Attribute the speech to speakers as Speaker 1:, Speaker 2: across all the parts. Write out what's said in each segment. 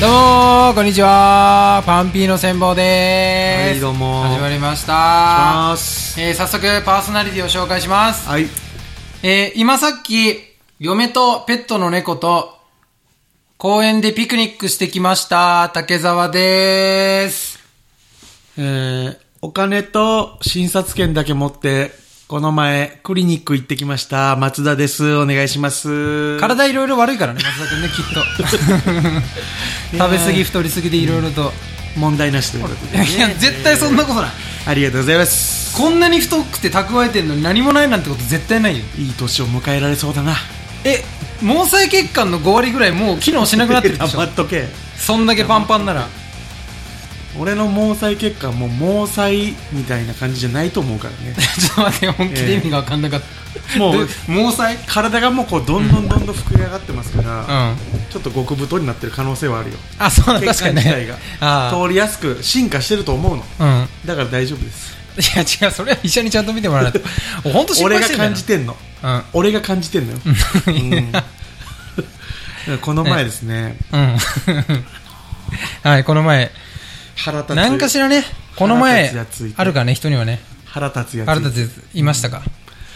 Speaker 1: もこんにちはパンピーの戦法でーす、
Speaker 2: はいどうも
Speaker 1: 始まりました
Speaker 2: す
Speaker 1: えー早速パーソナリティを紹介します、
Speaker 2: はい。
Speaker 1: えー今さっき嫁とペットの猫と公園でピクニックしてきました竹澤でーす
Speaker 2: えー、お金と診察券だけ持って、この前、クリニック行ってきました。松田です。お願いします。
Speaker 1: 体いろいろ悪いからね松田君ねき っと食べ過ぎ太り過ぎでいろいろと、
Speaker 2: 問題なしということで。
Speaker 1: いや絶対そんなことない
Speaker 2: ありがとうございます。
Speaker 1: こんなに太くて蓄えてんのに何もないなんてこと絶対ないよ
Speaker 2: いい年を迎えられそうだな。
Speaker 1: え毛細血管の5割ぐらいもう機能しなくなってる でしょ
Speaker 2: 黙っとけ。
Speaker 1: そんだけパンパンなら
Speaker 2: 俺の毛細血管も毛細みたいな感じじゃないと思うからね。
Speaker 1: ちょっと待って本気で意味が分かんな かった、
Speaker 2: もう
Speaker 1: で毛細
Speaker 2: 体がもうこう、どんどんどんどん膨れ上がってますから、
Speaker 1: うん
Speaker 2: ちょっと極太になってる可能性はあるよ。
Speaker 1: あそう なん確
Speaker 2: 血
Speaker 1: か
Speaker 2: 管
Speaker 1: に
Speaker 2: 自体
Speaker 1: ね
Speaker 2: が
Speaker 1: あ
Speaker 2: 通りやすく進化してると思うの。
Speaker 1: あうん
Speaker 2: だから大丈夫です。
Speaker 1: いや違うそれは医者にちゃんと見てもらわ ないと本当心
Speaker 2: 俺
Speaker 1: 配
Speaker 2: が
Speaker 1: してんだよ
Speaker 2: 感じてんの。俺が感じてんのよ、うん この前ですね
Speaker 1: うんうん はいこの前
Speaker 2: 腹立つ
Speaker 1: 何かしらねこの前
Speaker 2: 腹立つやついて
Speaker 1: あるからね人にはね
Speaker 2: 腹立つやつ
Speaker 1: あなたついましたか、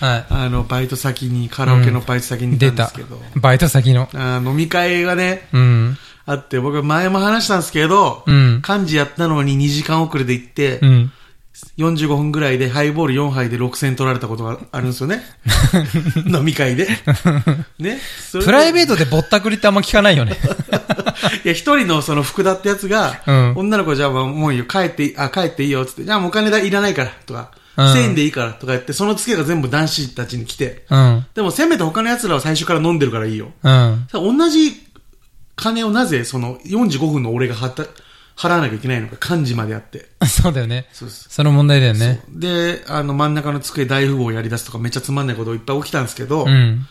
Speaker 1: はい
Speaker 2: あのバイト先にカラオケのバイト先にいた
Speaker 1: 出
Speaker 2: んで
Speaker 1: た
Speaker 2: すけど、
Speaker 1: バイト先の
Speaker 2: あー飲み会がね
Speaker 1: うん
Speaker 2: あって僕前も話したんですけど、
Speaker 1: うん
Speaker 2: 漢字やったのに2時間遅れで行って、
Speaker 1: うん
Speaker 2: 45分ぐらいでハイボール4杯で6000取られたことがあるんです よね飲み会でねそれで
Speaker 1: プライベートでぼったくりってあんま聞かないよ ね。
Speaker 2: いや、一人のその福田ってやつが、
Speaker 1: うん
Speaker 2: 女の子じゃあもういいよ、帰っていい、あ、帰っていいよ、つって、じゃあもうお金だいらないから、とか、
Speaker 1: うん
Speaker 2: 1000円でいいから、とか言って、そのツケが全部男子たちに来て、
Speaker 1: うん。
Speaker 2: でもせめて他の奴らは最初から飲んでるからいいよ。
Speaker 1: うん。
Speaker 2: さ同じ金をなぜ、その45分の俺がはた払わなきゃいけないのか、漢字まであって。
Speaker 1: そうだよね。
Speaker 2: そうです。
Speaker 1: その問題だよね。
Speaker 2: で、あの真ん中の机大富豪やり出すとかめっちゃつまんないこといっぱい起きたんですけど、
Speaker 1: うん。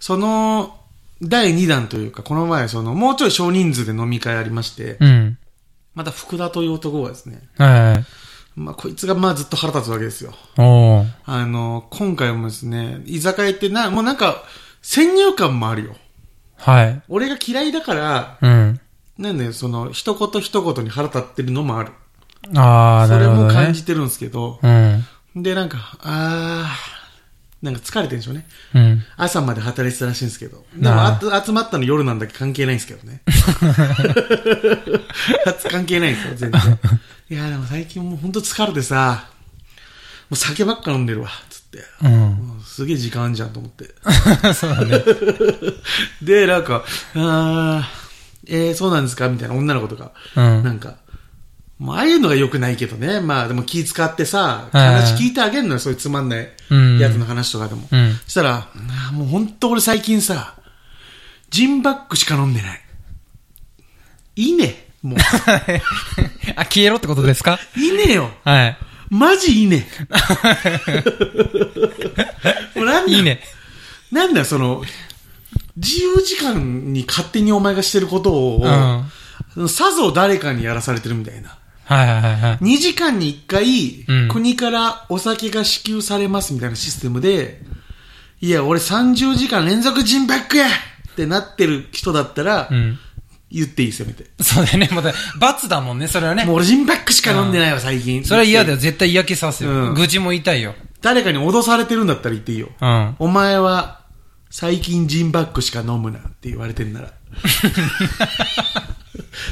Speaker 2: その第2弾というか、この前そのもうちょい少人数で飲み会ありまして、
Speaker 1: うん。
Speaker 2: また福田という男はですね、
Speaker 1: はいはい。
Speaker 2: まあ、こいつがまあずっと腹立つわけですよ。
Speaker 1: おー。
Speaker 2: あの、今回もですね、居酒屋行ってな、もうなんか、先入観もあるよ。
Speaker 1: はい。
Speaker 2: 俺が嫌いだから、
Speaker 1: うん。
Speaker 2: なんだよ、その、一言一言に腹立ってるのもある。
Speaker 1: あー、
Speaker 2: そ
Speaker 1: な
Speaker 2: れ
Speaker 1: るほ
Speaker 2: も
Speaker 1: どね。
Speaker 2: 感じてるんですけど、
Speaker 1: うん。
Speaker 2: で、なんか、あー、なんか疲れてるんでしょうね。
Speaker 1: うん。
Speaker 2: 朝まで働いてたらしいんですけど。でも
Speaker 1: あ
Speaker 2: あと集まったの夜なんだけ関係ないんですけどね。 関係ないんですよ、全然。いや、でも最近もう本当疲れてさ、もう酒ばっか飲んでるわ、つって。
Speaker 1: うん。
Speaker 2: もうすげえ時間あんじゃんと思って。
Speaker 1: そうだね。
Speaker 2: で、なんか、あー、えー、そうなんですかみたいな女の子とか。
Speaker 1: う。
Speaker 2: なんんか、もうああいうのが良くないけどね。まあでも気使ってさ、
Speaker 1: はいはい
Speaker 2: 話聞いてあげるのよ、そういうつまんない
Speaker 1: うん
Speaker 2: やつの話とかでも。
Speaker 1: うん。
Speaker 2: そしたら、あーもうほんと俺最近さ、ジンバックしか飲んでない。いいね。もう、
Speaker 1: あ、消えろってことですか
Speaker 2: いいねよ。
Speaker 1: はい。
Speaker 2: マジ いいね。もうなんだ
Speaker 1: いいね。
Speaker 2: なんだよその、自由時間に勝手にお前がしてることを、さぞ誰かにやらされてるみたいな。
Speaker 1: はいはいはいはい。
Speaker 2: 2時間に1回、
Speaker 1: うん
Speaker 2: 国からお酒が支給されますみたいなシステムで、いや、俺30時間連続ジンバックやってなってる人だったら、
Speaker 1: うん。
Speaker 2: 言っていいですよ、みたい
Speaker 1: そうだよね。また、罰だもんね、それは
Speaker 2: な。
Speaker 1: ね
Speaker 2: も。う俺ジンバックしか飲んでないわ、最近。
Speaker 1: それは嫌だ
Speaker 2: よ。
Speaker 1: よ。絶対嫌気させ
Speaker 2: う
Speaker 1: よ。
Speaker 2: ん
Speaker 1: 愚痴も言いたいよ。
Speaker 2: 誰かに脅されてるんだったら言っていいよ。
Speaker 1: うん。
Speaker 2: お前は、最近ジンバックしか飲むなって言われてんなら。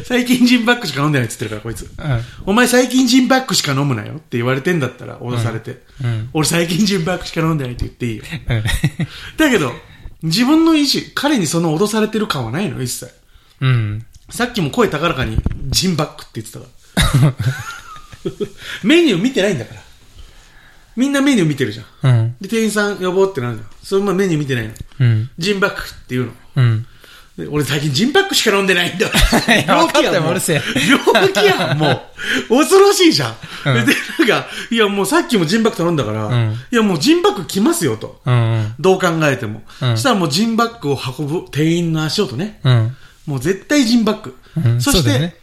Speaker 2: 最近ジンバックしか飲んでないって言ってるから、こいつ。
Speaker 1: うん。
Speaker 2: お前最近ジンバックしか飲むなよって言われてんだったら、脅されて。
Speaker 1: うん。
Speaker 2: 俺最近ジンバックしか飲んでないって言っていいよ。
Speaker 1: うん
Speaker 2: だけど、自分の意思、彼にその脅されてる感はないの、一切。
Speaker 1: うん。
Speaker 2: さっきも声高らかに、ジンバックって言ってたから。 メニュー見てないんだから。みんなメニュー見てるじゃん。
Speaker 1: うん。
Speaker 2: で、店員さん呼ぼうってなるじゃん。そのままメニュー見てないの。
Speaker 1: うん。
Speaker 2: ジンバックって言うの。
Speaker 1: うん。
Speaker 2: で俺最近ジンバックしか飲んでないん だ。
Speaker 1: いや分かったよ
Speaker 2: も
Speaker 1: うるせえ
Speaker 2: 病気やん、もう。恐ろしいじゃん。
Speaker 1: うん
Speaker 2: で、なんか、いやもうさっきもジンバック頼んだから、
Speaker 1: うん
Speaker 2: いやもうジンバック来ますよと。
Speaker 1: うん。
Speaker 2: どう考えても。
Speaker 1: うん
Speaker 2: そしたらもうジンバックを運ぶ店員の足音ね。
Speaker 1: うん。
Speaker 2: もう絶対ジンバック。
Speaker 1: うん
Speaker 2: そし
Speaker 1: そうだ
Speaker 2: て、
Speaker 1: よね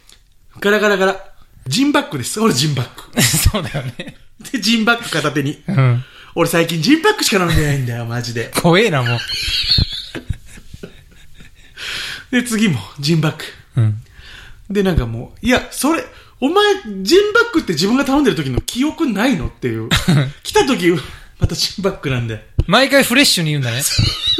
Speaker 2: ガラガラガラ。ジンバックです。俺ジンバック。
Speaker 1: そうだよね。
Speaker 2: で、ジンバック片手に。
Speaker 1: うん。
Speaker 2: 俺最近ジンバックしか飲んでないんだよ、マジで。
Speaker 1: 怖えな、もう。
Speaker 2: で、次も、ジンバック。
Speaker 1: うん。
Speaker 2: で、なんかもう、いや、それ、お前、ジンバックって自分が頼んでる時の記憶ないのっ ていう。来た時、またジンバックなんで。
Speaker 1: 毎回フレッシュに言うんだね。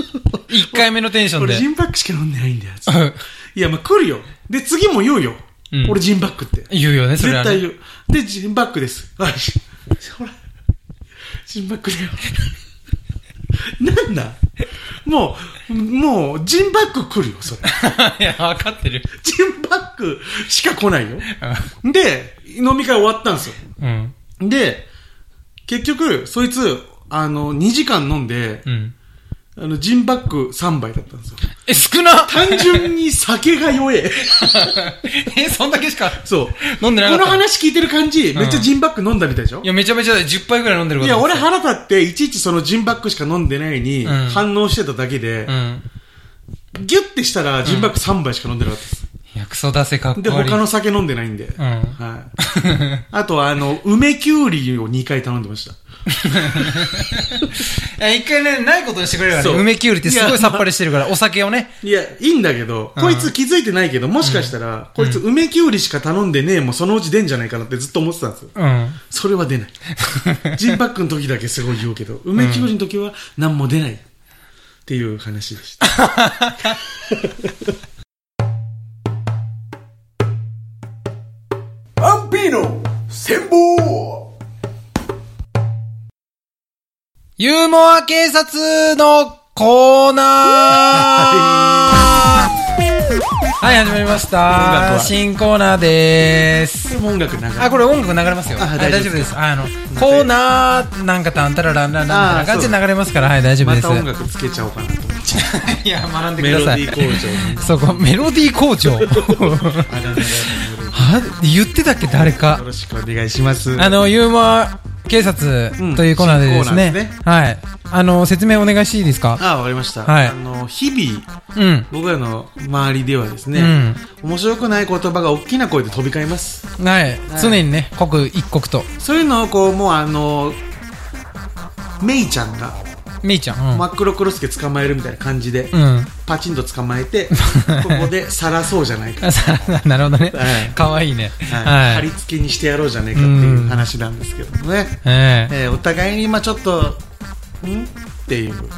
Speaker 1: 1回目のテンション
Speaker 2: 俺
Speaker 1: で
Speaker 2: ジ。ンバックしか飲んでないんだよ。
Speaker 1: うん
Speaker 2: いや、まあ来るよ。で、次も言うよ。
Speaker 1: うん
Speaker 2: 俺ジンバックって。
Speaker 1: 言うよね、それ
Speaker 2: 絶
Speaker 1: は、
Speaker 2: 対
Speaker 1: ね。
Speaker 2: 言う。で、ジンバックです。 あ、しほら、ジンバックだよ。 なんだもう、もう、ジンバック来るよ、そ れ。
Speaker 1: いや、わかってる。
Speaker 2: ジンバックしか来ないよ。で、飲み会終わったんですよ。
Speaker 1: うん。
Speaker 2: で、結局、そいつ、あの、2時間飲んで、
Speaker 1: うん。
Speaker 2: あの、ジンバック3杯だったんですよ。
Speaker 1: え、少な
Speaker 2: 単純に酒が 弱え。
Speaker 1: え、そんだけしか。
Speaker 2: そう。
Speaker 1: 飲んでなかった
Speaker 2: この話聞いてる感じ、めっちゃジンバック飲んだみたいでしょ、
Speaker 1: いや、めちゃめちゃ10杯ぐらい飲んでるか
Speaker 2: い
Speaker 1: と
Speaker 2: や、
Speaker 1: 思っ
Speaker 2: 俺
Speaker 1: て
Speaker 2: 腹立って、いちいちそのジンバックしか飲んでないに、
Speaker 1: うん
Speaker 2: 反応してただけで
Speaker 1: た。う、ん。
Speaker 2: ギュッてしたら、ジンバック3杯しか飲んでなかったです。
Speaker 1: いや、クソ出せかっこ悪い。
Speaker 2: で、他の酒飲んでないんで。
Speaker 1: うん
Speaker 2: はい。あとは、あの、梅きゅうりを2回頼んでました。
Speaker 1: いや、一回ね、ないことにしてくれるから
Speaker 2: そ
Speaker 1: ね。
Speaker 2: う
Speaker 1: 梅きゅうりってすごいさっぱりしてるから、お酒をね。
Speaker 2: いや、いいんだけど、
Speaker 1: うん
Speaker 2: こいつ気づいてないけど、もしかしたら、こいつ梅きゅうりしか頼んでねえもそのうち出んじゃないかなってずっと思ってたんですよ。
Speaker 1: うん。
Speaker 2: それは出 ない。ジンバックの時だけすごい言うけど、梅きゅうりの時は何も出ない。っていう話で した。
Speaker 3: アンピーの戦法
Speaker 1: ユーモア警察のコー ナーはい、始まりまし
Speaker 2: 音楽
Speaker 1: た。
Speaker 2: は
Speaker 1: 新コーナーでーす。
Speaker 2: でも音楽流れ
Speaker 1: あ、これ音楽流れますよ。
Speaker 2: あ
Speaker 1: はい
Speaker 2: 大丈夫
Speaker 1: 大丈夫です。あの、コーナー、なんかたんたららんらんらんみたいな感じで流れますから、はい、大丈夫
Speaker 2: ま
Speaker 1: です
Speaker 2: た。音楽つけちゃおうかなと思って。
Speaker 1: いや、学んで
Speaker 2: メ
Speaker 1: く
Speaker 2: ロ
Speaker 1: だ
Speaker 2: デ
Speaker 1: さ
Speaker 2: ィー
Speaker 1: い。
Speaker 2: 工場。
Speaker 1: そこ、メロディー校 長。は
Speaker 2: あだ名だよ
Speaker 1: 言ってたっけ、誰か
Speaker 2: よ。ろしくお願いします。
Speaker 1: あの、ユーモア警察というコーナーでですね。
Speaker 2: うん新コーナーですね
Speaker 1: はい。あの、説明お願いしていいですか
Speaker 2: あ、わかりました。
Speaker 1: はい
Speaker 2: あの、日々、
Speaker 1: うん。
Speaker 2: 僕らの周りではですね、面白くない言葉が大きな声で飛び交います。
Speaker 1: はい。常にね、刻一刻と。
Speaker 2: そういうのをこう、もうあの、メイちゃんが、
Speaker 1: めいちゃん。うん。
Speaker 2: 真っ黒クロスケ捕まえるみたいな感じで、
Speaker 1: うん。
Speaker 2: パチンと捕まえて、ここでさらそうじゃないか。
Speaker 1: あさなるほどね
Speaker 2: はい。
Speaker 1: かわいいね。
Speaker 2: はい。貼
Speaker 1: は
Speaker 2: り
Speaker 1: い。
Speaker 2: 付けにしてやろうじゃないかっていう話なんですけどもね。
Speaker 1: ええ。
Speaker 2: えーお互いに今ちょっと、んっていう。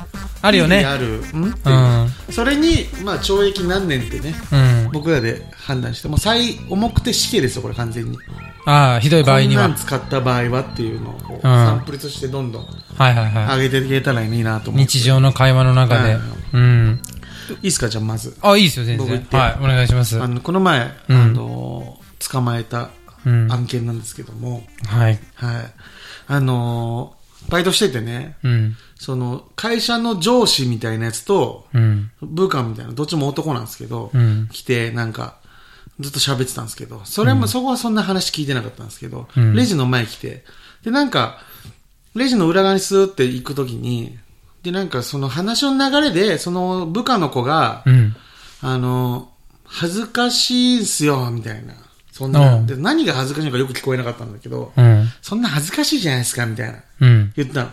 Speaker 1: あるよ
Speaker 2: 意
Speaker 1: ね
Speaker 2: 味。ある。んって
Speaker 1: う。
Speaker 2: いうん
Speaker 1: うん。
Speaker 2: それに、まあ、懲役何年ってね、僕らで判断して、もう最重くて死刑ですよ、これ完全に。
Speaker 1: ああ、ひどい場合
Speaker 2: こん
Speaker 1: に
Speaker 2: な
Speaker 1: は
Speaker 2: ん。使った場合はっていうのをこう、
Speaker 1: ん
Speaker 2: サンプルとしてどんどん
Speaker 1: はいはいは
Speaker 2: 上げていけたらいいなと
Speaker 1: い。
Speaker 2: 思って。
Speaker 1: 日常の会話の中で
Speaker 2: は。
Speaker 1: うん。
Speaker 2: いいですか、じゃあまず。
Speaker 1: あ、いいですよ、全
Speaker 2: 僕
Speaker 1: 然
Speaker 2: 行っ。て
Speaker 1: はい。お願いします。
Speaker 2: あの、この前、
Speaker 1: うん
Speaker 2: あのー、捕まえた
Speaker 1: うん
Speaker 2: 案件なんですけども、
Speaker 1: はい。
Speaker 2: はい。あのー、バイトしててね、
Speaker 1: うん。
Speaker 2: その、会社の上司みたいなやつと、
Speaker 1: うん。
Speaker 2: 部下みたいな、どっちも男なんですけど、
Speaker 1: うん
Speaker 2: 来て、なんか、ずっと喋ってたんですけど、それも、そこはそんな話聞いてなかったんですけど、
Speaker 1: うん
Speaker 2: レジの前来て、で、なんか、レジの裏側にスーって行くときに、で、なんかその話の流れで、その部下の子が、
Speaker 1: うん。
Speaker 2: あの、恥ずかしいんすよ、みたいな。そんな、
Speaker 1: うん
Speaker 2: で何が恥ずかしいのかよく聞こえなかったんだけど、
Speaker 1: うん。
Speaker 2: そんな恥ずかしいじゃないですか、みたいな。
Speaker 1: うん。
Speaker 2: 言ったの。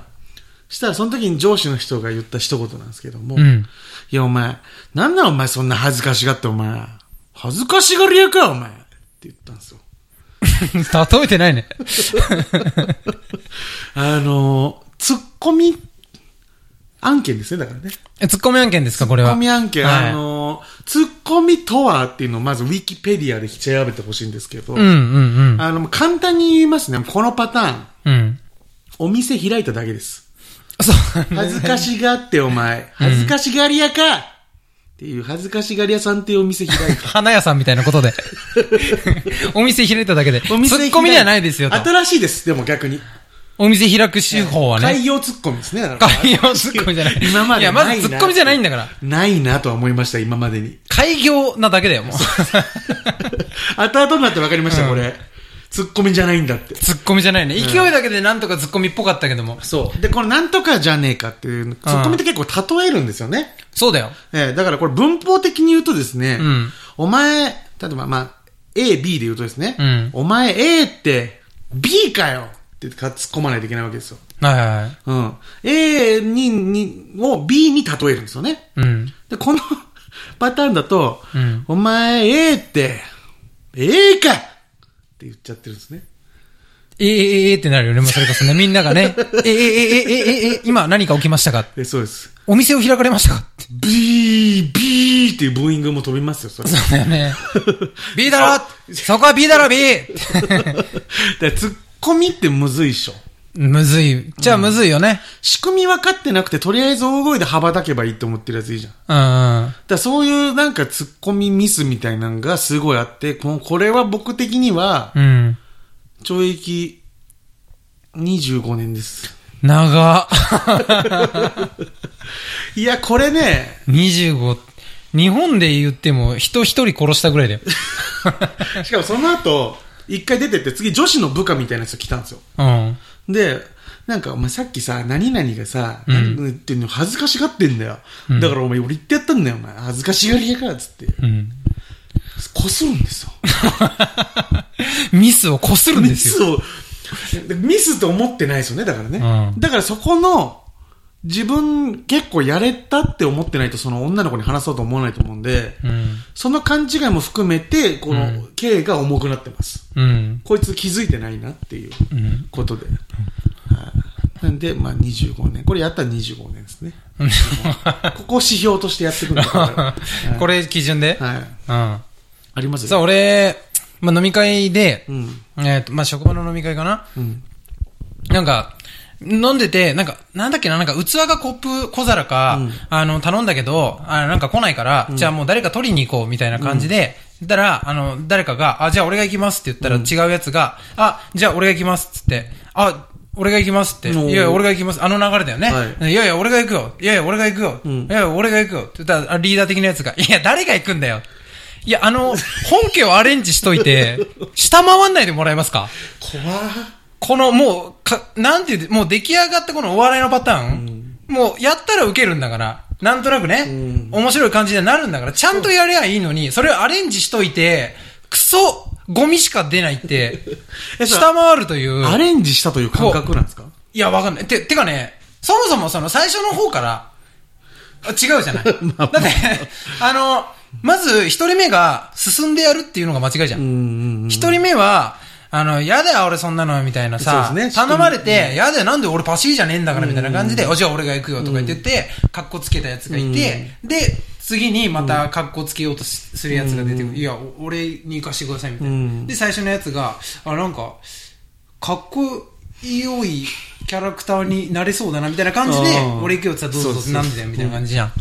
Speaker 2: したら、その時に上司の人が言った一言なんですけども、
Speaker 1: うん。
Speaker 2: いや、お前、なんならお前そんな恥ずかしがって、お前。恥ずかしがり屋か、お前。って言ったんですよ。
Speaker 1: 例えてない ね。
Speaker 2: あのー、ツッコミ案件ですね、だからね。ツ
Speaker 1: え、ツッコミ案件ですか、これ
Speaker 2: ッ
Speaker 1: は。
Speaker 2: コミ案件、
Speaker 1: はい
Speaker 2: あのー、ツッコミとはっていうのをまずウィキペディアで調べてほしいんですけど、
Speaker 1: うんうん
Speaker 2: あの、簡単に言いますね、このパターン、
Speaker 1: うん。うん。
Speaker 2: お店開いただけです。
Speaker 1: そう。
Speaker 2: 恥ずかしがって、お前。恥ずかしがり屋かっていう、恥ずかしがり屋さんっていうお店開 いた。
Speaker 1: 花屋さんみたいなことで。お店開いただけで。ツ
Speaker 2: お店開い
Speaker 1: ッコミではないですよと。
Speaker 2: 新しいです、でも逆に。
Speaker 1: お店開く手法はね。
Speaker 2: 海洋ツッコミですね。だから
Speaker 1: 開業ツッコミじゃない。
Speaker 2: 今まで
Speaker 1: いや、まずツッコミじゃないんだ
Speaker 2: か
Speaker 1: から。
Speaker 2: ら。ないなとは思いました、今までに。
Speaker 1: 開業なだけだよ、もう。
Speaker 2: 後々になって分かりました、これ。ツッコミじゃないんだって。
Speaker 1: ツッコミじゃないね。勢いだけでなんとかツッコミっぽかったけども。
Speaker 2: そう。で、このなんとかじゃねえかっていう、ツッコミって結構例えるんですよね。
Speaker 1: そうだよ。
Speaker 2: ええだからこれ文法的に言うとですね、
Speaker 1: うん
Speaker 2: お前、例えばまあ、A、B で言うとですね、
Speaker 1: うん
Speaker 2: お前 A って B かよって突っ込まないといけないわけですよ。
Speaker 1: はいはいはい。
Speaker 2: うん。A に、に、を B に例えるんですよね。
Speaker 1: うん。
Speaker 2: で、このパターンだと、
Speaker 1: うん
Speaker 2: お前 A って、ええかって言っちゃってるんですね。
Speaker 1: えええええってなるよね。もうそれこそね、みんながね、ええええええええ今何か起きましたか
Speaker 2: え、そうです。
Speaker 1: お店を開かれましたかって。
Speaker 2: ビー、ビーっていうブーイングも飛びますよ、それ。
Speaker 1: そう だよ ね。B だろそこは B だろ !B!
Speaker 2: だツッコミってむずいっしょ。
Speaker 1: むずい。じゃあむずいよね。
Speaker 2: 仕組み分かってなくて、とりあえず大声で羽ばたけばいいと思ってるやついいじゃん。だか
Speaker 1: うん。
Speaker 2: らそういうなんかツッコミミスみたいなのがすごいあって、このこれは僕的には、
Speaker 1: うん。
Speaker 2: 懲役25年です。
Speaker 1: 長 っ。
Speaker 2: いや、これね、
Speaker 1: 25。日本で言っても人一人殺したぐらいだよ。
Speaker 2: しかもその後、一回出てって、次女子の部下みたいな人来たんですよ。
Speaker 1: うん。
Speaker 2: で、なんかお前さっきさ、何々がさ、
Speaker 1: うん
Speaker 2: 何々言ってんの恥ずかしがってんだよ。
Speaker 1: ん
Speaker 2: だからお前俺言ってやったんだよ、お前。恥ずかしがりやから、つって。
Speaker 1: うん。
Speaker 2: こするんですよ。
Speaker 1: ミスをこするんで
Speaker 2: ミ
Speaker 1: す
Speaker 2: ス
Speaker 1: よ。
Speaker 2: を、ミスと思ってないですよね、だからね。
Speaker 1: うん
Speaker 2: だからそこの、自分結構やれたって思ってないと、その女の子に話そうと思わないと思うんで、
Speaker 1: うん。
Speaker 2: その勘違いも含めて、こ
Speaker 1: う
Speaker 2: の刑が重くなってます。
Speaker 1: うん。
Speaker 2: こいつ気づいてないなっていう。
Speaker 1: うん。
Speaker 2: ことで。はいなんで、まあ、25年。これやったら25年 ですね。ここを指標としてやっていくんだから。
Speaker 1: これ基準で、
Speaker 2: はい。
Speaker 1: うん。
Speaker 2: あります
Speaker 1: さあ、
Speaker 2: よ。
Speaker 1: 俺、まあ、飲み会で、
Speaker 2: うん。
Speaker 1: えっ、と、まあ、職場の飲み会かな、
Speaker 2: うん。
Speaker 1: なんか、飲んでて、なんか、なんだっけな、なんか、器がコップ、小皿か、
Speaker 2: うん
Speaker 1: あの、頼んだけど、あなんか来ないから、じゃあもう誰か取りに行こう、みたいな感じで、言ったら、あの、誰かが、あ、じゃあ俺が行きますって言ったら、違うやつが、あ、じゃあ俺が行きますっつって、あ、俺が行きますって、い
Speaker 2: おー
Speaker 1: やいや、俺が行きます。あの流れだよね。、
Speaker 2: はい
Speaker 1: やいや、俺が行くよ。いやいや、俺が行くよ。
Speaker 2: ん
Speaker 1: いやいや、俺が行くよ。って言ったら、あリーダー的なやつが、いや、誰が行くんだよ。いや、あの、本家をアレンジしとい て、下回んないでもらえますか
Speaker 2: 怖
Speaker 1: このもう、か、なんていう、もう出来上がったこのお笑いのパターン、もうやったらウケるんだから、なんとなくね、
Speaker 2: ん
Speaker 1: 面白い感じになるんだから、ちゃんとやりゃいいのに、それをアレンジしといて、クソ、ゴミしか出ないって、
Speaker 2: えそれ
Speaker 1: 下回るという。
Speaker 2: アレンジしたという感覚なんですか
Speaker 1: いや、わかんない。て、てかね、そもそもその最初の方から、あ違う じゃない。だって、あの、まず一人目が進んでやるっていうのが間違いじゃん
Speaker 2: うん。うんうん。
Speaker 1: 一人目は、あの、やだよ、俺そんなの、みたいなさ、
Speaker 2: そうですね
Speaker 1: 頼まれて、やだよ、なんで俺パシーじゃねえんだから、みたいな感じで、おじゃあ俺が行くよ、とか言ってて、かっこつけたやつがいて、で、次にまたかっこつけようとしするやつが出てくる。いや、お俺に行かしてください、みたいうな。
Speaker 2: ん
Speaker 1: で、最初のやつが、あ、なんか、かっこよいキャラクターになれそうだな、みたいな感じで
Speaker 2: あ、ー
Speaker 1: 俺行くよって言ったらどうぞ
Speaker 2: そうそう
Speaker 1: なんでだよ、みたいな感じじゃん。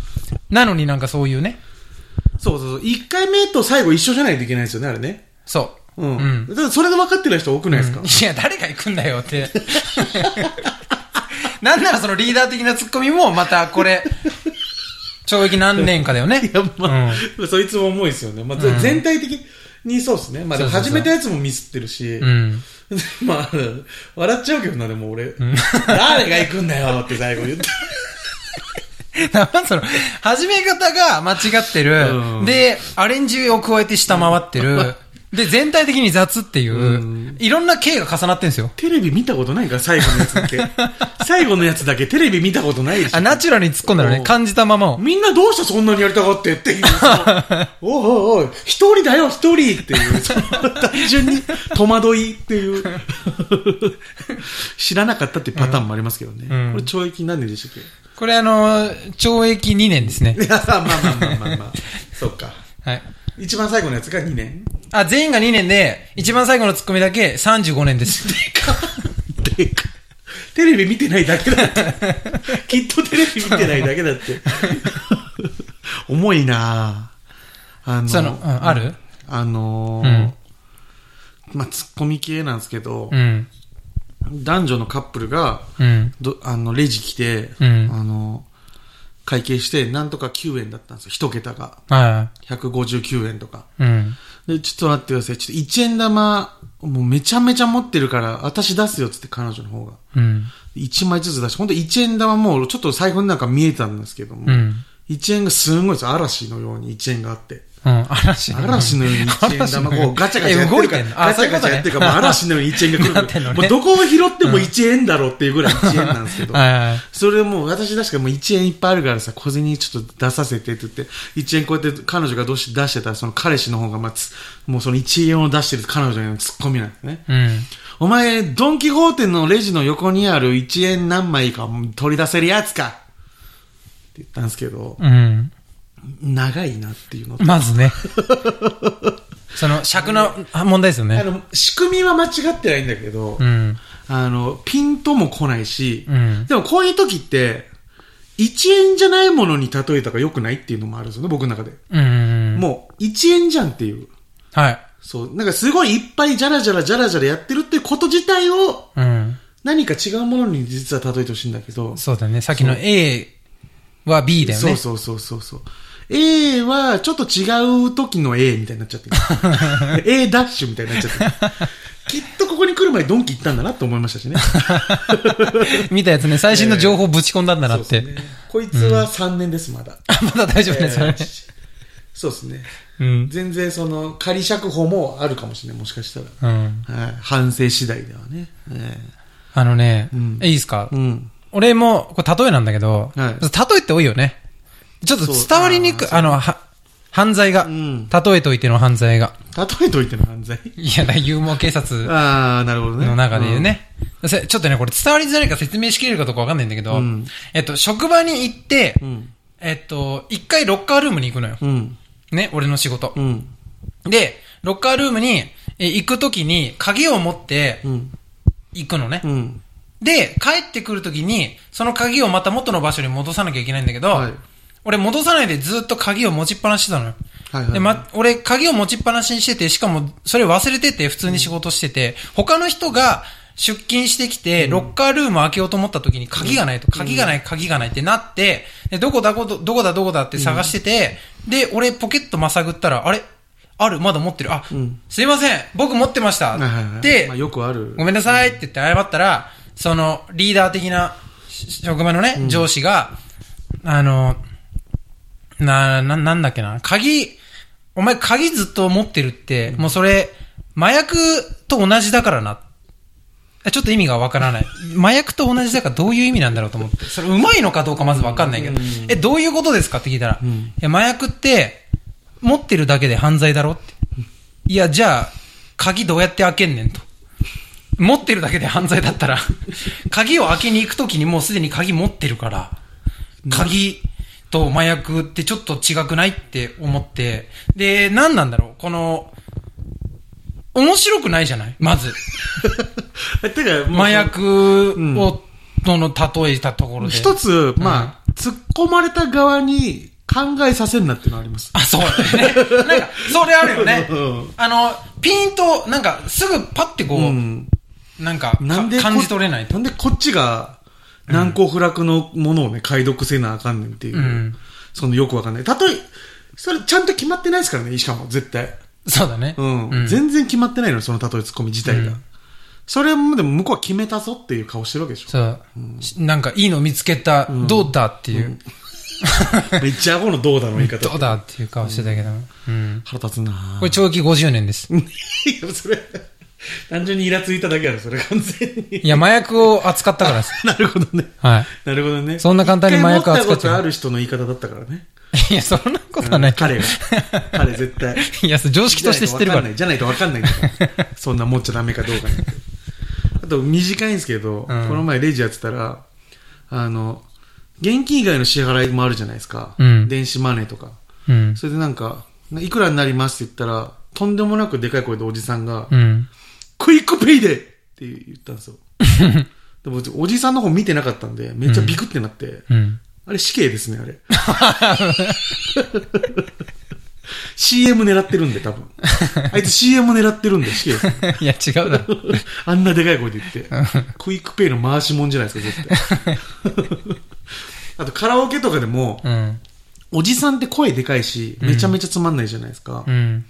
Speaker 1: なのになんかそういうね、
Speaker 2: そうそうそう。1回目と最後一緒じゃないといけないですよね、あれね。
Speaker 1: そう。
Speaker 2: う
Speaker 1: うん
Speaker 2: ん。だからそれで分かってる人多 くないですか
Speaker 1: いや、誰が行くんだよって。 なんならそのリーダー的なツッコミもまたこれ、懲役何年かだよね。
Speaker 2: いや、ま
Speaker 1: うん
Speaker 2: あ、そいつも重いですよね。まあ、ぜ全体的にそうですね。まあ、でも
Speaker 1: そうそう
Speaker 2: 始
Speaker 1: そう
Speaker 2: めたやつもミスってるし。
Speaker 1: うん。
Speaker 2: まあ、笑っちゃうけどな、でも俺。誰が行くんだよって最後言って。
Speaker 1: だからその、始め方が間違って
Speaker 2: う
Speaker 1: る。
Speaker 2: ん
Speaker 1: で、アレンジを加えて下回って る。で、全体的に雑っていう、いろんな経が重なってるんですよ。
Speaker 2: テレビ見たことないから、最後のやつ だけ。最後のやつだけテレビ見たことないでしょ
Speaker 1: あ、ナチュラルに突っ込んだらね、
Speaker 2: おう
Speaker 1: 感じたままを。
Speaker 2: みんなどうしてそんなにやりたがってっていう。そのおいおいおい、一人だよ、一人っていう。その単純に戸惑いっていう。知らなかったっていうパターンもありますけどね。
Speaker 1: うん
Speaker 2: これ懲役何年でしたっけ
Speaker 1: これあの、懲役2年ですね。
Speaker 2: いや、まあまあまあまあまあ。そっか。
Speaker 1: はい。
Speaker 2: 一番最後のやつが2年。
Speaker 1: あ、全員が2年で、一番最後のツッコミだけ35年です。
Speaker 2: でかテレビ見てないだけだって。きっとテレビ見てないだけ だって。重いなぁあの
Speaker 1: その、うんある
Speaker 2: あの
Speaker 1: う
Speaker 2: ー
Speaker 1: ん
Speaker 2: まあ、ツッコミ系なんですけど
Speaker 1: う、ん。
Speaker 2: 男女のカップルが、
Speaker 1: うん。
Speaker 2: どあの、レジ来て、
Speaker 1: うん
Speaker 2: あの、会計して、なんとか9円だったんですよ。一桁が。
Speaker 1: は
Speaker 2: 159円とか。
Speaker 1: い。うん。
Speaker 2: で、ちょっと待ってください。ちょっと1円玉、もうめちゃめちゃ持ってるから、私出すよっつって彼女の方が。
Speaker 1: うん。
Speaker 2: 1枚ずつ出して、ほんと1円玉もうちょっと財布の中見えたんですけども、
Speaker 1: うん。
Speaker 2: 1円がすんごいです。嵐のように1円があって。
Speaker 1: うん、嵐のように。
Speaker 2: 嵐のように一 円玉こうガチャガチャや
Speaker 1: え
Speaker 2: って
Speaker 1: 動
Speaker 2: る
Speaker 1: い
Speaker 2: か
Speaker 1: て
Speaker 2: ら、
Speaker 1: んのあ、
Speaker 2: ガチ
Speaker 1: そうい
Speaker 2: ャ
Speaker 1: うこ
Speaker 2: ガチ
Speaker 1: と
Speaker 2: ャや
Speaker 1: ね
Speaker 2: ってるから、もう嵐のように一円が来る
Speaker 1: なってんのね
Speaker 2: もうどこを拾っても一円だろうっていうぐらい一円なんですけど。
Speaker 1: はいはい
Speaker 2: それもう私確かもう1円いっぱいあるからさ、小銭ちょっと出させてって言って、1円こうやって彼女がどうし出してたら、その彼氏の方がまあつ、もうその1円を出してる彼女へのツッコミなんですね。
Speaker 1: うん。
Speaker 2: お前、ドンキホーテのレジの横にある1円何枚か取り出せるやつかって言ったんですけど、
Speaker 1: うん。
Speaker 2: 長いなっていうのと。
Speaker 1: まずね。その、尺のあ問題ですよ
Speaker 2: あ
Speaker 1: ね。
Speaker 2: の、仕組みは間違ってないんだけど、
Speaker 1: うん。
Speaker 2: あの、ピンとも来ないし、
Speaker 1: うん
Speaker 2: でもこういう時って、1円じゃないものに例えたら良くないっていうのもあるんですよね、僕の中で。
Speaker 1: うん。
Speaker 2: もう、1円じゃんっていう。
Speaker 1: はい。
Speaker 2: そう。なんかすごいいっぱいじゃらじゃらじゃらじゃらやってるってこと自体を、
Speaker 1: うん。
Speaker 2: 何か違うものに実は例えてほしいんだけど。
Speaker 1: そうだね。さっきの A は B だよ
Speaker 2: そう
Speaker 1: ね。
Speaker 2: そうそうそうそう。A は、ちょっと違う時の A みたいになっちゃっ てる。A ダッシュみたいになっちゃってる。きっとここに来る前ドンキ行ったんだなって思いましたしね。
Speaker 1: 見たやつね。最新の情報をぶち込んだんだな
Speaker 2: そう
Speaker 1: っ
Speaker 2: です
Speaker 1: て。
Speaker 2: ね。こいつは3年です、まだ。
Speaker 1: あ、まだ大丈夫ね、それ
Speaker 2: え
Speaker 1: ね。
Speaker 2: ーそうですね。
Speaker 1: うん。
Speaker 2: 全然その、仮釈放もあるかもしれない、もしかしたら。
Speaker 1: うん。
Speaker 2: はい、反省次第ではね。え
Speaker 1: あのね、
Speaker 2: ん
Speaker 1: えいいですか
Speaker 2: えうん。
Speaker 1: 俺も、これ例えなんだけど、
Speaker 2: はい
Speaker 1: 例えって多いよね。ちょっと
Speaker 2: そう
Speaker 1: 伝わりにくい、あの、は、犯罪が、
Speaker 2: ん
Speaker 1: 例えといての犯罪が。
Speaker 2: 例えといての犯罪
Speaker 1: いや、だからユーモア警察
Speaker 2: ああ、なるほどね。
Speaker 1: の中で言うね。せちょっとね、これ伝わりづらいから説明しきれるかどうかわかんないんだけど、
Speaker 2: うん
Speaker 1: えっと、職場に行って、
Speaker 2: うん。
Speaker 1: えっと、一回ロッカールームに行くのよ。
Speaker 2: うん。
Speaker 1: ね、俺の仕事。
Speaker 2: うん。
Speaker 1: で、ロッカールームにえ行くときに鍵を持って
Speaker 2: うん。
Speaker 1: 行くのね。
Speaker 2: うん。
Speaker 1: で、帰ってくるときに、その鍵をまた元の場所に戻さなきゃいけないんだけど、
Speaker 2: はい
Speaker 1: 俺戻さないでずっと鍵を持ちっぱなしだのよ。
Speaker 2: はいはい
Speaker 1: で、ま、俺鍵を持ちっぱなしにしてて、しかもそれ忘れてて、普通に仕事してて、他の人が出勤してきて、ロッカールーム開けようと思った時に鍵がないと、鍵がない、鍵がないってなって、で、どこだ、どこだどこだ、どこだって探してて、で、俺ポケットまさぐったら、あれあるまだ持ってるあ、
Speaker 2: ん
Speaker 1: すいません僕持ってました、
Speaker 2: はいはいはい。
Speaker 1: で、
Speaker 2: まあ、よくある。
Speaker 1: ごめんなさいって言って謝ったら、その、リーダー的な、し職場のね、上司が、あの、な、な、なんだっけな、鍵、お前鍵ずっと持ってるって、もうそれ、麻薬と同じだからな。あちょっと意味がわからない。麻薬と同じだからどういう意味なんだろうと思って。それうまいのかどうかまずわかんないけど、え、どういうことですかって聞いたら、いや、麻薬って、持ってるだけで犯罪だろって。いや、じゃあ、鍵どうやって開けんねんと。持ってるだけで犯罪だった ら、鍵を開けに行くときにもうすでに鍵持ってるから、鍵と麻薬ってちょっと違くないって思って、で、何なんだろうこの、面白くないじゃないまず。
Speaker 2: い。 てか、もう
Speaker 1: 麻薬
Speaker 2: ん
Speaker 1: を、との例えたところで。
Speaker 2: 一つ、まあ、突っ込まれた側に考えさせんなっていうのはあります。
Speaker 1: あ、そうだよね。なんか、それあるよね
Speaker 2: うん。
Speaker 1: あの、ピンと、なんか、すぐパってこう、
Speaker 2: うん。
Speaker 1: なんか
Speaker 2: なんでこ、
Speaker 1: 感じ取れないと。
Speaker 2: なんでこっちが、難攻不落のものをね、解読せなあかんねんっていう。
Speaker 1: うん
Speaker 2: そのよくわかんない。たとえ、それちゃんと決まってないですからね、しかも、絶対。
Speaker 1: そうだね。
Speaker 2: うん。
Speaker 1: うん
Speaker 2: 全然決まってないのよ、その例えツッコミ自体が。
Speaker 1: うん
Speaker 2: それも、でも向こうは決めたぞっていう顔してるわけでしょ。
Speaker 1: そう。しなんか、いいの見つけた、どうだっていう、
Speaker 2: めっちゃ顎のどうだの言い方。
Speaker 1: どうだっていう顔してたけど、うん。
Speaker 2: 腹立つなぁ
Speaker 1: これ、長期50年です。
Speaker 2: いや、それ、単純にイラついただけやろ、それ、完全に。
Speaker 1: いや、麻薬を扱ったからです。
Speaker 2: なるほどね。
Speaker 1: はい。
Speaker 2: なるほどね。
Speaker 1: そんな簡単に麻薬扱っ
Speaker 2: 一
Speaker 1: ち
Speaker 2: 回持ったこと
Speaker 1: ゃう
Speaker 2: ある人の言い方だったからね。
Speaker 1: いや、そんなことはない。
Speaker 2: 彼は。彼絶対。
Speaker 1: いや、そう常識として知ってるから。
Speaker 2: じゃないとわかんない。じゃないとわかんないん だから。そんな持っちゃダメかどうかなんて。あと、短いんですけど、この前レジやってたら、あの、現金以外の支払いもあるじゃないですか。
Speaker 1: うん
Speaker 2: 電子マネーとか。
Speaker 1: うん。
Speaker 2: それでなんか、いくらになりますって言ったら、とんでもなくでかい声でおじさんが、
Speaker 1: うん。
Speaker 2: クイックペイでって言ったんですよ。 でも、おじさんの方見てなかったんで、めっちゃビクってなって、
Speaker 1: うん。
Speaker 2: あれ死刑ですね、あれ。CM 狙ってるんで、多分。あいつ CM 狙ってるんで、死刑です。
Speaker 1: いや、違うだろ。
Speaker 2: あんなでかい声で言って。クイックペイの回しもんじゃないですか、絶対。 あと、カラオケとかでも、
Speaker 1: うん。
Speaker 2: おじさんって声でかいし、めちゃめちゃつまんないじゃないですか。
Speaker 1: うん。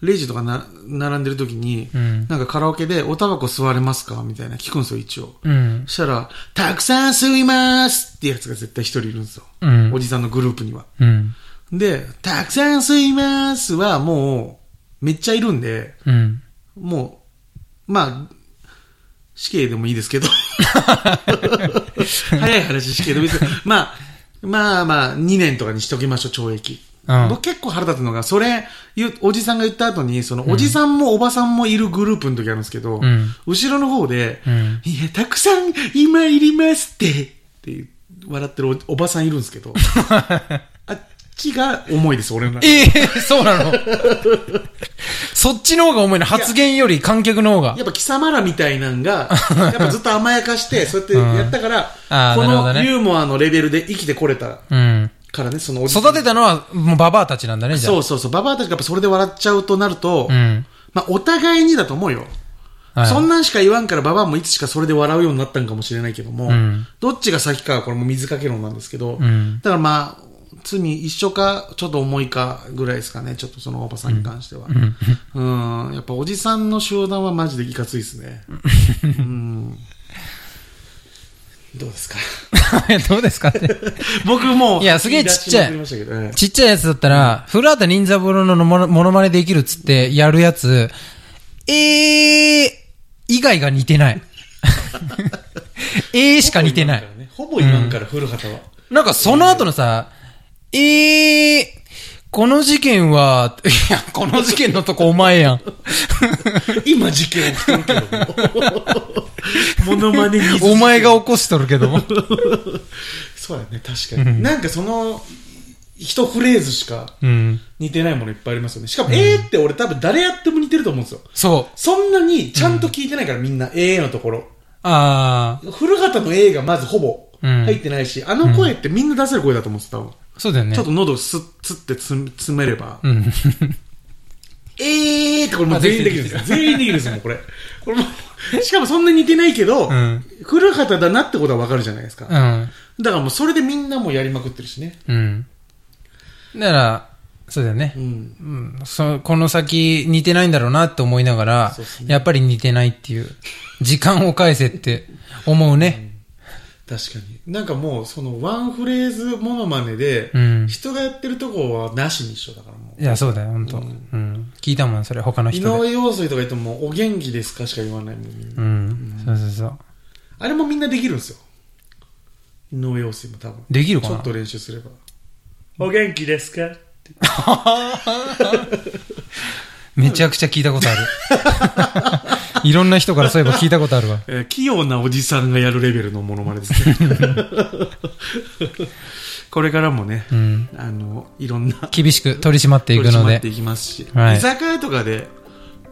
Speaker 2: レジとかな、並んでる時に、
Speaker 1: うん
Speaker 2: なんかカラオケで、おタバコ吸われますかみたいな聞くんですよ、一応。
Speaker 1: うん
Speaker 2: そ。したら、たくさん吸いますってやつが絶対一人いるんですよ。
Speaker 1: うん
Speaker 2: おじさんのグループには。
Speaker 1: うん。
Speaker 2: で、たくさん吸いますはもう、めっちゃいるんで、
Speaker 1: うん。
Speaker 2: もう、まあ、死刑でもいいで すけど。早い話死刑でもいいですけど。まあ、まあまあ、2年とかにしときましょう、懲役。
Speaker 1: うん
Speaker 2: 僕結構腹立つのが、それ、言うおじさんが言った後に、その、おじさんもおばさんもいるグループの時あるんですけど、
Speaker 1: ん
Speaker 2: 後ろの方で、
Speaker 1: うん
Speaker 2: いや、たくさん今いりますって、って笑ってるおおばさんいるんで すけど、あっちが重いです、俺の中で
Speaker 1: ええそう なのそっちの方が重いの。発言より観客の方が
Speaker 2: や。っぱ貴様らみたいなん が、やっぱずっと甘やかして、そうやってやったから、
Speaker 1: あー
Speaker 2: こ
Speaker 1: なるほど
Speaker 2: の
Speaker 1: ね
Speaker 2: ユーモアのレベルで生きてこれた
Speaker 1: うん。
Speaker 2: からね、そのおじさん
Speaker 1: 育てたのは、もうババアたちなんだね、じゃあ。
Speaker 2: そうそうそう、ババアたちがやっぱそれで笑っちゃうとなると、
Speaker 1: うん。
Speaker 2: まあお互いにだと思うよ。
Speaker 1: はい
Speaker 2: そんなんしか言わんから、ババアもいつしかそれで笑うようになったんかもしれないけども、
Speaker 1: うん
Speaker 2: どっちが先かはこれも水かけ論なんですけど、
Speaker 1: ん
Speaker 2: だからまあ、罪一緒か、ちょっと重いかぐらいですかね、ちょっとそのおばさんに関しては。うん、やっぱおじさんの集団はマジでいかついですね。うんどうですか
Speaker 1: どうですかって。
Speaker 2: 僕もう、
Speaker 1: いやすげえちっちゃい
Speaker 2: 言出しまくりましたけどええ
Speaker 1: ちっちゃいやつだったら、古畑任三郎のモノモノマネできるっつってやるやつ、えー、以外が似てない。 えーしか似てない。
Speaker 2: ほぼ今から古畑 は。
Speaker 1: なんかその後のさ、えー、この事件は、いや、この事件のとこお前やん。
Speaker 2: 今事件起きてるけど も。 モノマネに
Speaker 1: お前が起こしとるけども。
Speaker 2: そうやね、確かに。なんかその、一フレーズしか
Speaker 1: うん。
Speaker 2: 似てないものいっぱいありますよね。しかも、えーって俺多分誰やっても似てると思うんですよ。
Speaker 1: そ
Speaker 2: そんなにちゃんと聞いてないから、みんな、えーのところ。
Speaker 1: う。あ
Speaker 2: 古畑の A がまずほぼ
Speaker 1: うん
Speaker 2: 入ってないし、あの声ってみんな出せる声だと思ってた、多分
Speaker 1: ー、そうだよね。
Speaker 2: ちょっと喉すっつってつ詰めれば、
Speaker 1: うん。
Speaker 2: えーってこれもう全員できるんですよ。全員できるんですよ、もうこれ。これも うしかもそんなに似てないけど、
Speaker 1: うん
Speaker 2: 古畑だなってことはわかるじゃないですか。
Speaker 1: うん。
Speaker 2: だからもうそれでみんなもやりまくってるしね。
Speaker 1: うん。だから、そうだよね。
Speaker 2: うん。
Speaker 1: うん、そこの先似てないんだろうなって思いながら、
Speaker 2: そうっすね
Speaker 1: やっぱり似てないっていう、時間を返せって思うね。
Speaker 2: 確かに。なんかもう、そのワンフレーズモノマネで、
Speaker 1: うん
Speaker 2: 人がやってるとこはなしに一緒だからもう。
Speaker 1: いや、そうだよ、本当、うん、聞いたもん、それ、他の
Speaker 2: 井
Speaker 1: 人で。
Speaker 2: 上陽水とか言っても、お元気ですかしか言わないもん、みんな
Speaker 1: うん、そうそうそう。
Speaker 2: あれもみんなできるんですよ。井上陽水も多分。
Speaker 1: できるか
Speaker 2: ちょ
Speaker 1: な
Speaker 2: っと練習すれば。お元気ですか
Speaker 1: めちゃくちゃ聞いたことある。 いろんな人からそういえば聞いたことあるわ。
Speaker 2: えー器用なおじさんがやるレベルのモノマネですね。 これからもね、
Speaker 1: うん。
Speaker 2: あの、いろんな
Speaker 1: 厳しく取り締まっていくの
Speaker 2: 取り締まっ
Speaker 1: で
Speaker 2: て。いきますし、
Speaker 1: はい
Speaker 2: 居酒屋とかで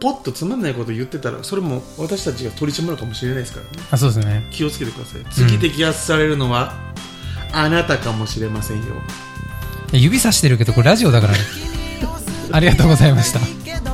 Speaker 2: ポッとつまんないこと言ってたらそれも私たちが取り締まるかもしれないですからね
Speaker 1: あ、そうですね。
Speaker 2: 気をつけてください次摘発されるのは、あなたかもしれませんよ
Speaker 1: 指さしてるけど、これラジオだからね。ありがとうございました。
Speaker 4: けど